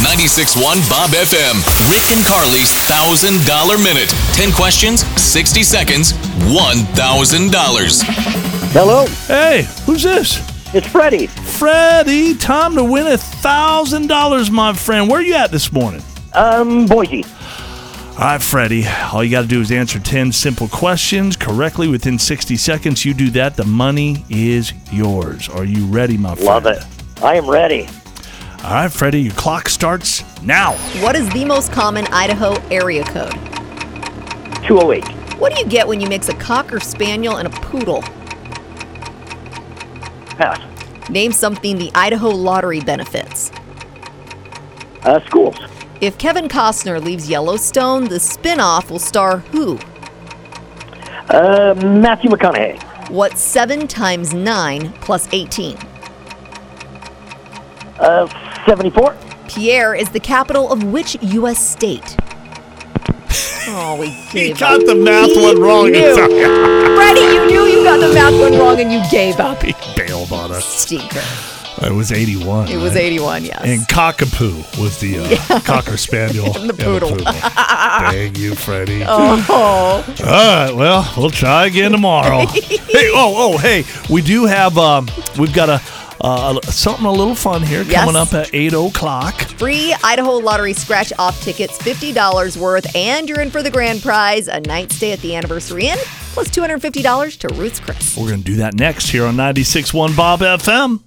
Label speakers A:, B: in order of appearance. A: 96.1 Bob FM. Rick and Carly's $1,000 Minute. 10 questions, 60 seconds, $1,000.
B: Hello,
C: Hey, who's this?
B: it's Freddie.
C: Freddie, time to win a thousand dollars, my friend. Where you at this morning?
B: Um, Boise.
C: All right, Freddie. All you got to do is answer ten simple questions correctly within sixty seconds. You do that, the money is yours. Are you ready, my friend?
B: Love it. I am ready.
C: All right, Freddie. Your clock starts now.
D: What is the most common Idaho area code?
B: 208.
D: What do you get when you mix a cocker spaniel and a poodle?
B: Pass.
D: Name something the Idaho lottery benefits.
B: Uh, schools.
D: If Kevin Costner leaves Yellowstone, the spinoff will star who?
B: Uh, Matthew McConaughey.
D: What's 7 times 9 plus 18?
B: Uh, 74.
D: Pierre is the capital of which U.S. state? Oh, we gave up.
C: the math one wrong.
D: You. Freddie, you knew you got the math one wrong and you gave up.
C: He bailed on us.
D: Stinker.
C: It was eighty-one.
D: It was
C: right?
D: 81, yes.
C: And cockapoo was the uh, cocker spaniel.
D: And the poodle.
C: Dang you, Freddie.
D: oh.
C: All right. Well, we'll try again tomorrow. hey. Oh. Oh. Hey. We do have. Um. We've got a. Uh, something a little fun here
D: Yes.
C: coming up at eight o'clock.
D: Free Idaho Lottery scratch off tickets, $50 worth, and you're in for the grand prize a night stay at the Anniversary Inn, plus $250 to Roots Chris.
C: We're gonna do that next here on 96.1 Bob FM.